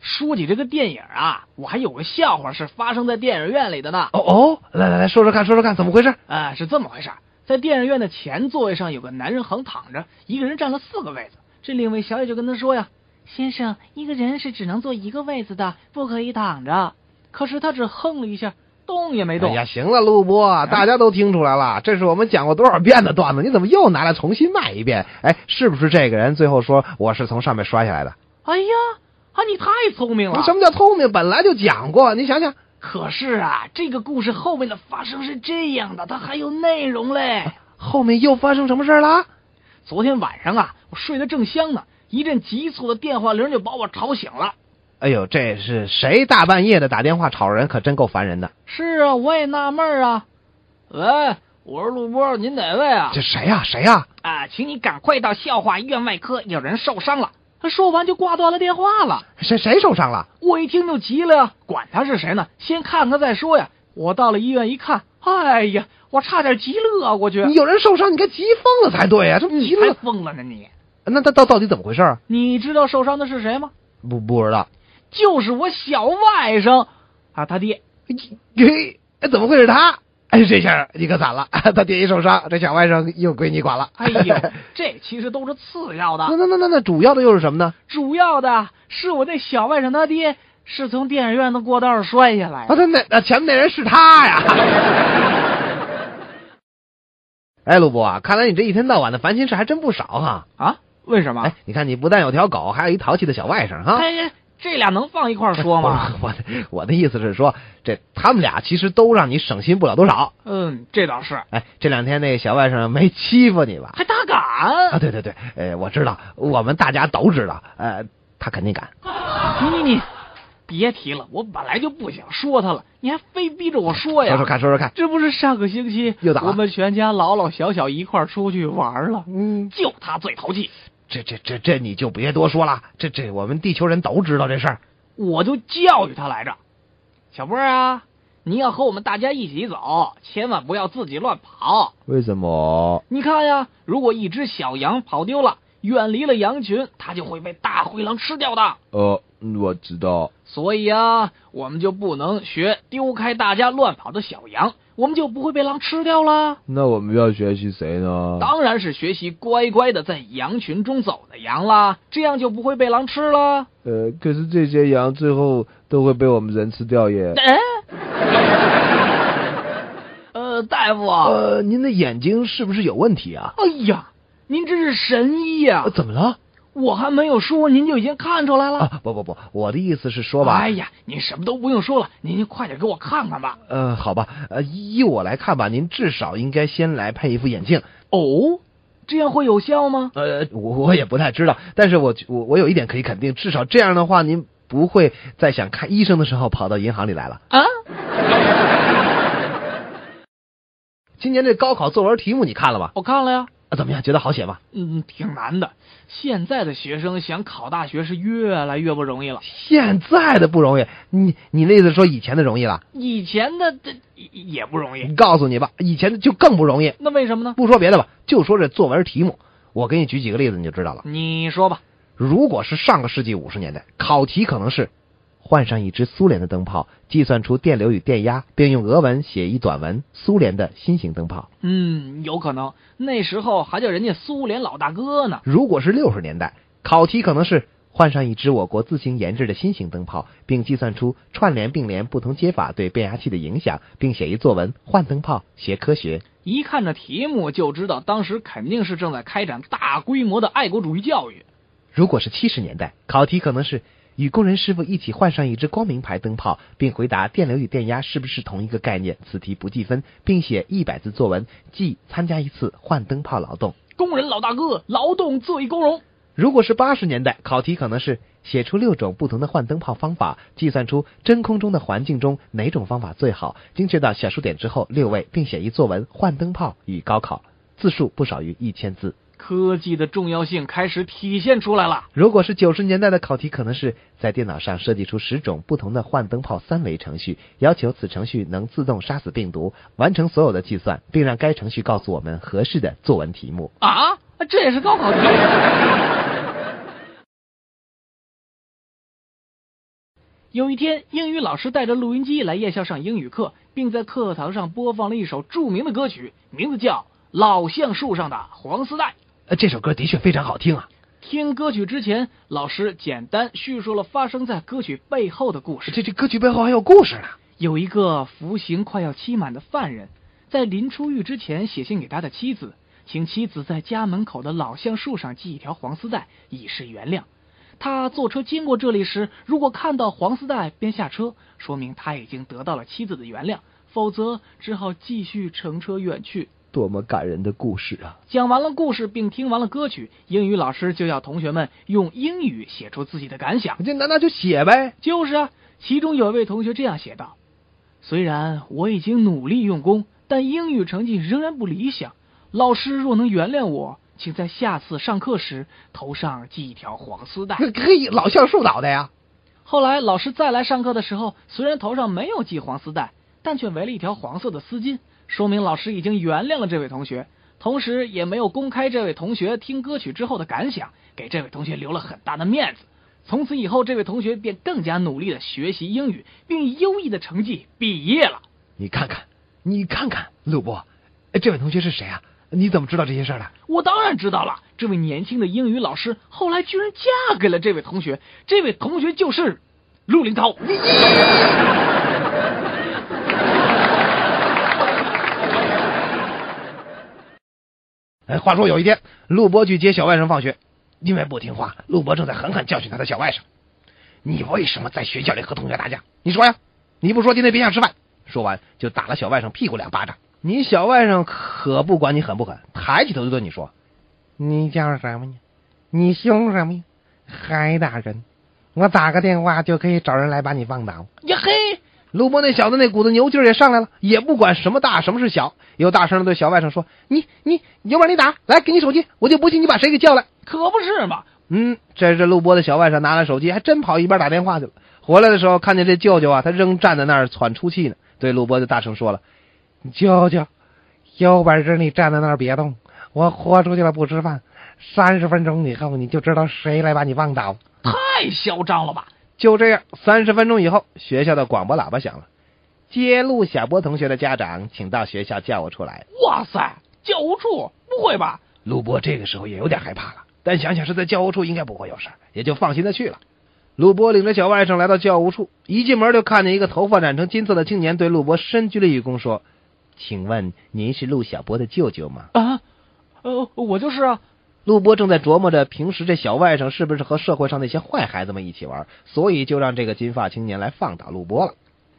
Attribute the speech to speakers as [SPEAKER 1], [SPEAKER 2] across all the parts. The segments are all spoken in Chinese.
[SPEAKER 1] 说起这个电影啊，我还有个笑话是发生在电影院里的呢。
[SPEAKER 2] 哦哦，来来来说说看，说说看怎么回事？
[SPEAKER 1] 啊，是这么回事儿在电影院的前座位上有个男人横躺着，一个人占了四个位子。这另一位小姐就跟他说呀：“先生，一个人是只能坐一个位子的，不可以躺着。”可是他只哼了一下，动也没动。
[SPEAKER 2] 哎呀，行了，陆波，啊大家都听出来了，这是我们讲过多少遍的段子，你怎么又拿来重新卖一遍？哎，是不是这个人最后说我是从上面摔下来的？
[SPEAKER 1] 哎呀，啊，你太聪明了！
[SPEAKER 2] 什么叫聪明？本来就讲过，你想想，
[SPEAKER 1] 可是啊，这个故事后面的发生是这样的，它还有内容嘞。
[SPEAKER 2] 后面又发生什么事儿了？
[SPEAKER 1] 昨天晚上啊，我睡得正香呢，一阵急促的电话铃就把我吵醒了。
[SPEAKER 2] 哎呦，这是谁大半夜的打电话吵人，可真够烦人的。
[SPEAKER 1] 是啊，我也纳闷儿啊。喂，我是陆波，您哪位啊？
[SPEAKER 2] 这谁呀、谁呀、
[SPEAKER 1] 啊，请你赶快到笑话医院外科，有人受伤了。他说完就挂断了电话了。
[SPEAKER 2] 谁谁受伤了？
[SPEAKER 1] 我一听就急了呀，管他是谁呢，先看看再说呀。我到了医院一看，哎呀，我差点急乐过去。
[SPEAKER 2] 你有人受伤，你该急疯了才对呀、这不急
[SPEAKER 1] 才
[SPEAKER 2] 了？
[SPEAKER 1] 疯了呢你！
[SPEAKER 2] 那他到到底怎么回事啊？
[SPEAKER 1] 你知道受伤的是谁吗？
[SPEAKER 2] 不不知道。
[SPEAKER 1] 就是我小外甥啊，他爹。
[SPEAKER 2] 嘿，哎怎么会是他？哎，这下你可惨了， 他爹一受伤，这小外甥又归你管了。
[SPEAKER 1] 哎呀，这其实都是次要
[SPEAKER 2] 那
[SPEAKER 1] 的，
[SPEAKER 2] 那那那那主要的又是什么呢？
[SPEAKER 1] 主要的是我那小外甥他爹是从电影院的过道上摔下来的
[SPEAKER 2] 啊，。他那啊前面那人是他呀。 哎，陆波啊，看来你这一天到晚的烦心事还真不少哈。
[SPEAKER 1] 啊？为什么？
[SPEAKER 2] 哎，啊你看你不但有条狗，还有一淘气的小外甥哈。
[SPEAKER 1] 哎，这俩能放一块儿说吗？
[SPEAKER 2] 我的我的意思是说，这他们俩其实都让你省心不了多少。
[SPEAKER 1] 嗯，这倒是，
[SPEAKER 2] 哎，这两天那个小外甥没欺负你吧？
[SPEAKER 1] 还他
[SPEAKER 2] 啊，
[SPEAKER 1] 敢？
[SPEAKER 2] 对对对，呃，我知道，我们大家都知道，呃，他肯定敢。啊
[SPEAKER 1] 你你你，别提了，我本来就不想说他了，你还非逼着我说呀
[SPEAKER 2] 说？说看，说说看。
[SPEAKER 1] 这不是上个星期
[SPEAKER 2] 又咋了
[SPEAKER 1] 我们全家老老小小一块儿出去玩儿了，
[SPEAKER 2] 嗯，
[SPEAKER 1] 就他最淘气，
[SPEAKER 2] 这这这这你就别多说了，这这我们地球人都知道这事儿。
[SPEAKER 1] 我就教育他来着。小波啊，你要和我们大家一起走，千万不要自己乱跑。
[SPEAKER 2] 为什么？
[SPEAKER 1] 你看呀，如果一只小羊跑丢了，远离了羊群，它就会被大灰狼吃掉的。
[SPEAKER 2] 呃，我知道。
[SPEAKER 1] 所以啊，我们就不能学丢开大家乱跑的小羊，我们就不会被狼吃掉啦。
[SPEAKER 2] 那我们要学习谁呢
[SPEAKER 1] 当然是学习乖乖的在羊群中走的羊啦，这样就不会被狼吃啦。
[SPEAKER 2] 呃，可是这些羊最后都会被我们人吃掉耶。
[SPEAKER 1] 哎， 呃，大夫，
[SPEAKER 2] 呃，您的眼睛是不是有问题啊？
[SPEAKER 1] 哎呀，您真是神医呀、
[SPEAKER 2] 呃怎么了？
[SPEAKER 1] 我还没有说，您就已经看出来了。
[SPEAKER 2] 啊，不不不，我的意思是说吧，
[SPEAKER 1] 哎呀，您什么都不用说了，您就快点给我看看吧。
[SPEAKER 2] 呃，好吧，呃，依我来看吧，您至少应该先来配一副眼镜。
[SPEAKER 1] 哦，这样会有效吗？
[SPEAKER 2] 呃，我我也不太知道，但是我我我有一点可以肯定，至少这样的话，您不会在想看医生的时候跑到银行里来了。
[SPEAKER 1] 啊，
[SPEAKER 2] 今年这高考作文题目你看了吗？
[SPEAKER 1] 我看了呀。
[SPEAKER 2] 啊、怎么样，觉得好写吗？
[SPEAKER 1] 嗯，挺难的。现在的学生想考大学是越来越不容易了。
[SPEAKER 2] 现在的不容易，你你的意思说以前的容易了？
[SPEAKER 1] 以前的这也也不容易，
[SPEAKER 2] 告诉你吧，以前的就更不容易。
[SPEAKER 1] 那为什么呢？
[SPEAKER 2] 不说别的吧，就说这作文题目，我给你举几个例子你就知道了。
[SPEAKER 1] 你说吧。
[SPEAKER 2] 如果是上个世纪五十年代，考题可能是换上一支苏联的灯泡，计算出电流与电压，并用俄文写一短文《苏联的新型灯泡》。
[SPEAKER 1] 嗯，有可能那时候还叫人家苏联老大哥呢。
[SPEAKER 2] 如果是六十年代，考题可能是换上一支我国自行研制的新型灯泡，并计算出串联并联不同接法对变压器的影响，并写一作文《换灯泡学科学》。
[SPEAKER 1] 一看这题目就知道，当时肯定是正在开展大规模的爱国主义教育。
[SPEAKER 2] 如果是七十年代，考题可能是与工人师傅一起换上一只光明牌灯泡，并回答电流与电压是不是同一个概念，此题不计分，并写一百字作文，即参加一次换灯泡劳动。
[SPEAKER 1] 工人老大哥，劳动最光荣。
[SPEAKER 2] 如果是八十年代，考题可能是写出六种不同的换灯泡方法，计算出真空中的环境中哪种方法最好，精确到小数点之后六位，并写一作文《换灯泡与高考》，字数不少于一千字。
[SPEAKER 1] 科技的重要性开始体现出来了。
[SPEAKER 2] 如果是九十年代的考题，可能是在电脑上设计出十种不同的换灯泡三维程序，要求此程序能自动杀死病毒，完成所有的计算，并让该程序告诉我们合适的作文题目。
[SPEAKER 1] 啊，这也是高考题。 有一天，英语老师带着录音机来夜校上英语课，并在课堂上播放了一首著名的歌曲，名字叫《老橡树上的黄丝带》。
[SPEAKER 2] 呃，这首歌的确非常好听啊。
[SPEAKER 1] 听歌曲之前，老师简单叙述了发生在歌曲背后的故事。
[SPEAKER 2] 这这歌曲背后还有故事呢。
[SPEAKER 1] 有一个服刑快要期满的犯人，在临出狱之前写信给他的妻子，请妻子在家门口的老橡树上系一条黄丝带，以示原谅。他坐车经过这里时，如果看到黄丝带，便下车，说明他已经得到了妻子的原谅，否则只好继续乘车远去。
[SPEAKER 2] 多么感人的故事啊！
[SPEAKER 1] 讲完了故事，并听完了歌曲，英语老师就要同学们用英语写出自己的感想。
[SPEAKER 2] 这难道就写呗？
[SPEAKER 1] 就是啊，其中有一位同学这样写道：“虽然我已经努力用功，但英语成绩仍然不理想。老师若能原谅我，请在下次上课时头上系一条黄丝带。”
[SPEAKER 2] 嘿，老橡树脑袋呀！
[SPEAKER 1] 后来老师再来上课的时候，虽然头上没有系黄丝带，但却围了一条黄色的丝巾，说明老师已经原谅了这位同学，同时也没有公开这位同学听歌曲之后的感想，给这位同学留了很大的面子。从此以后，这位同学便更加努力的学习英语，并以优异的成绩毕业了。
[SPEAKER 2] 你看看，你看看，陆波，哎这位同学是谁啊？你怎么知道这些事儿的？
[SPEAKER 1] 我当然知道了，这位年轻的英语老师后来居然嫁给了这位同学，这位同学就是陆林涛。
[SPEAKER 2] 哎，话说有一天，陆波去接小外甥放学，因为不听话，陆波正在狠狠教训他的小外甥：“你为什么在学校里和同学打架？你说呀！你不说，今天别想吃饭。”说完就打了小外甥屁股两巴掌。你小外甥可不管你狠不狠，抬起头就对你说：“你叫什么呀？你凶什么呀？还打人？我打个电话就可以找人来把你放倒。”
[SPEAKER 1] 呀嘿，
[SPEAKER 2] 陆波那小子那股子牛劲儿也上来了，也不管什么大什么是小，又大声的对小外甥说：“你你有本事你打，来给你手机，我就不信你把谁给叫来。
[SPEAKER 1] 可不是嘛！”
[SPEAKER 2] 嗯，这是陆波的小外甥拿了手机，还真跑一边打电话去了。回来的时候看见这舅舅啊，他仍站在那儿喘粗气呢，对陆波就大声说了：“舅舅，有本事你站在那儿别动，我豁出去了不吃饭，三十分钟以后你就知道谁来把你放倒。”
[SPEAKER 1] 太嚣张了吧！
[SPEAKER 2] 就这样，三十分钟以后，学校的广播喇叭响了。接陆小波同学的家长，请到学校叫我出来。
[SPEAKER 1] 哇塞，教务处不会吧？
[SPEAKER 2] 陆波这个时候也有点害怕了，但想想是在教务处应该不会有事儿，也就放心的去了。陆波领着小外甥来到教务处，一进门就看见一个头发染成金色的青年对陆波深鞠了一躬，说：“请问您是陆小波的舅舅吗
[SPEAKER 1] 啊，呃，我就是啊，？”
[SPEAKER 2] 陆波正在琢磨着，平时这小外甥是不是和社会上那些坏孩子们一起玩，所以就让这个金发青年来放倒陆波了。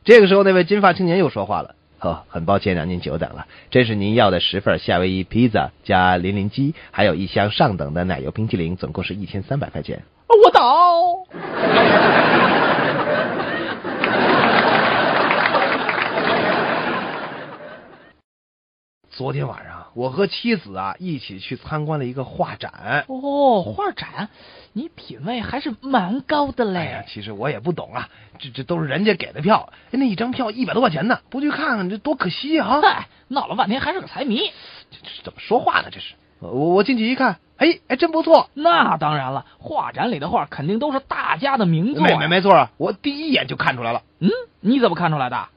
[SPEAKER 2] 这个时候，那位金发青年又说话了：“哦，很抱歉让您久等了，这是您要的十份夏威夷披萨加淋淋鸡，还有一箱上等的奶油冰淇淋，总共是一千三百块钱。
[SPEAKER 1] 我倒。
[SPEAKER 2] 昨天晚上，我和妻子啊一起去参观了一个画展。
[SPEAKER 1] 哦，画展，你品味还是蛮高的
[SPEAKER 2] 哎呀，其实我也不懂啊，这这都是人家给的票，哎那一张票一百多块钱呢，不去看看这多可惜啊！
[SPEAKER 1] 嗨，哎闹了半天还是个财迷。
[SPEAKER 2] 这这怎么说话呢？这是我呃我进去一看，哎哎，真不错，
[SPEAKER 1] 那当然了，画展里的画肯定都是大家的名作。
[SPEAKER 2] 没没，没错啊，我第一眼就看出来了，
[SPEAKER 1] 嗯，你怎么看出来的？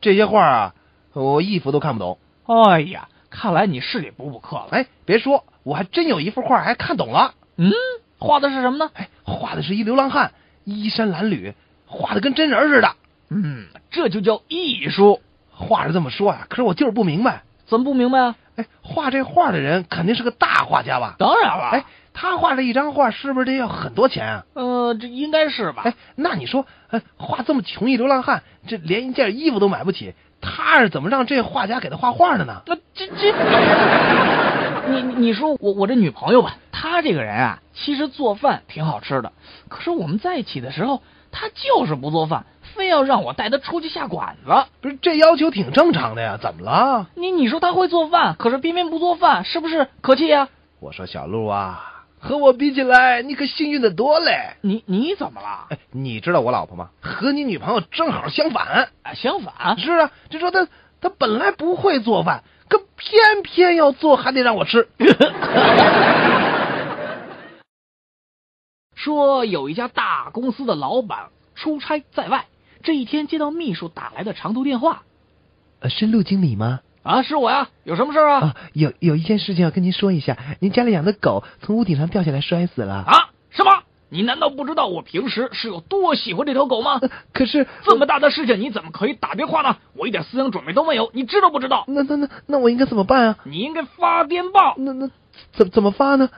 [SPEAKER 2] 这些画啊，我一幅都看不懂。
[SPEAKER 1] 哎呀，看来你是得补补课了。
[SPEAKER 2] 哎，别说，我还真有一幅画还看懂了，
[SPEAKER 1] 嗯，画的是什么呢？
[SPEAKER 2] 哎，画的是一流浪汉，衣衫褴褛，画的跟真人似的。
[SPEAKER 1] 嗯，这就叫艺术。
[SPEAKER 2] 话是这么说呀、可是我就是不明白，
[SPEAKER 1] 怎么不明白啊？
[SPEAKER 2] 哎，画这画的人肯定是个大画家吧？
[SPEAKER 1] 当然了，
[SPEAKER 2] 哎，，他画这一张画是不是得要很多钱啊？
[SPEAKER 1] 呃，这应该是吧？
[SPEAKER 2] 哎，那你说，哎，画这么穷一流浪汉，这连一件衣服都买不起，他是怎么让这画家给他画画的呢？
[SPEAKER 1] 那这这，你你你说我我这女朋友吧，她这个人啊，其实做饭挺好吃的，可是我们在一起的时候，她就是不做饭，非要让我带她出去下馆子。
[SPEAKER 2] 不是，这要求挺正常的呀，怎么了？
[SPEAKER 1] 你你说她会做饭，可是偏偏不做饭，是不是可气呀、
[SPEAKER 2] 我说小陆啊，和我比起来，你可幸运的多嘞。
[SPEAKER 1] 你你怎么了？
[SPEAKER 2] 哎，你知道我老婆吗？和你女朋友正好相反。
[SPEAKER 1] 啊，相反，
[SPEAKER 2] 是啊，就说她，她本来不会做饭，可偏偏要做，还得让我吃。
[SPEAKER 1] 说有一家大公司的老板出差在外。这一天接到秘书打来的长途电话，
[SPEAKER 2] 呃，是陆经理吗？
[SPEAKER 1] 啊，是我呀，有什么事儿啊？
[SPEAKER 2] 啊，有有一件事情要跟您说一下，您家里养的狗从屋顶上掉下来摔死了。
[SPEAKER 1] 啊，什么？你难道不知道我平时是有多喜欢这条狗 吗？
[SPEAKER 2] 呃可是
[SPEAKER 1] 这么大的事情你怎么可以打电话呢？我一点思想准备都没有，你知道不知道？
[SPEAKER 2] 那那那那我应该怎么办啊？
[SPEAKER 1] 你应该发电报，
[SPEAKER 2] 那那怎怎么发呢？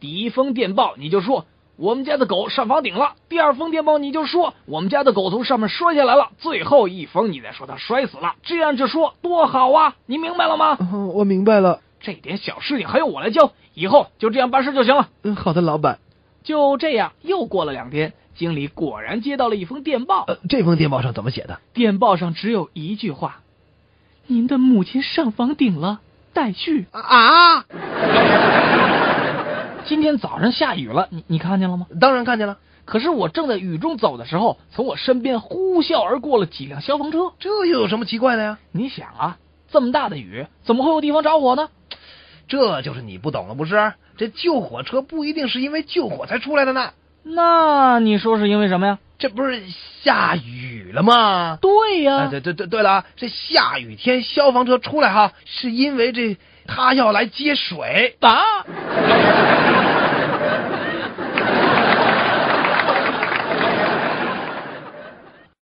[SPEAKER 1] 第一封电报你就说我们家的狗上房顶了，第二封电报你就说我们家的狗从上面摔下来了，最后一封你再说它摔死了，这样就说多好啊！你明白了吗？
[SPEAKER 2] 哦，我明白了。
[SPEAKER 1] 这点小事情还用我来教？以后就这样办事就行了。
[SPEAKER 2] 嗯，好的，老板。
[SPEAKER 1] 就这样，又过了两天，经理果然接到了一封电报，
[SPEAKER 2] 呃，这封电报上怎么写的？
[SPEAKER 1] 电报上只有一句话：“您的母亲上房顶了，待续。
[SPEAKER 2] 啊，”
[SPEAKER 1] 今天早上下雨了，你你看见了吗？
[SPEAKER 2] 当然看见了，
[SPEAKER 1] 可是我正在雨中走的时候，从我身边呼啸而过了几辆消防车。
[SPEAKER 2] 这又有什么奇怪的呀？
[SPEAKER 1] 你想啊，这么大的雨，怎么会有地方着火呢？
[SPEAKER 2] 这就是你不懂了，不是？这救火车不一定是因为救火才出来的呢，
[SPEAKER 1] 那你说是因为什么呀？
[SPEAKER 2] 这不是下雨了吗？
[SPEAKER 1] 对呀、
[SPEAKER 2] 啊，对对对，对了啊，这下雨天消防车出来哈，是因为这他要来接水。
[SPEAKER 1] 打。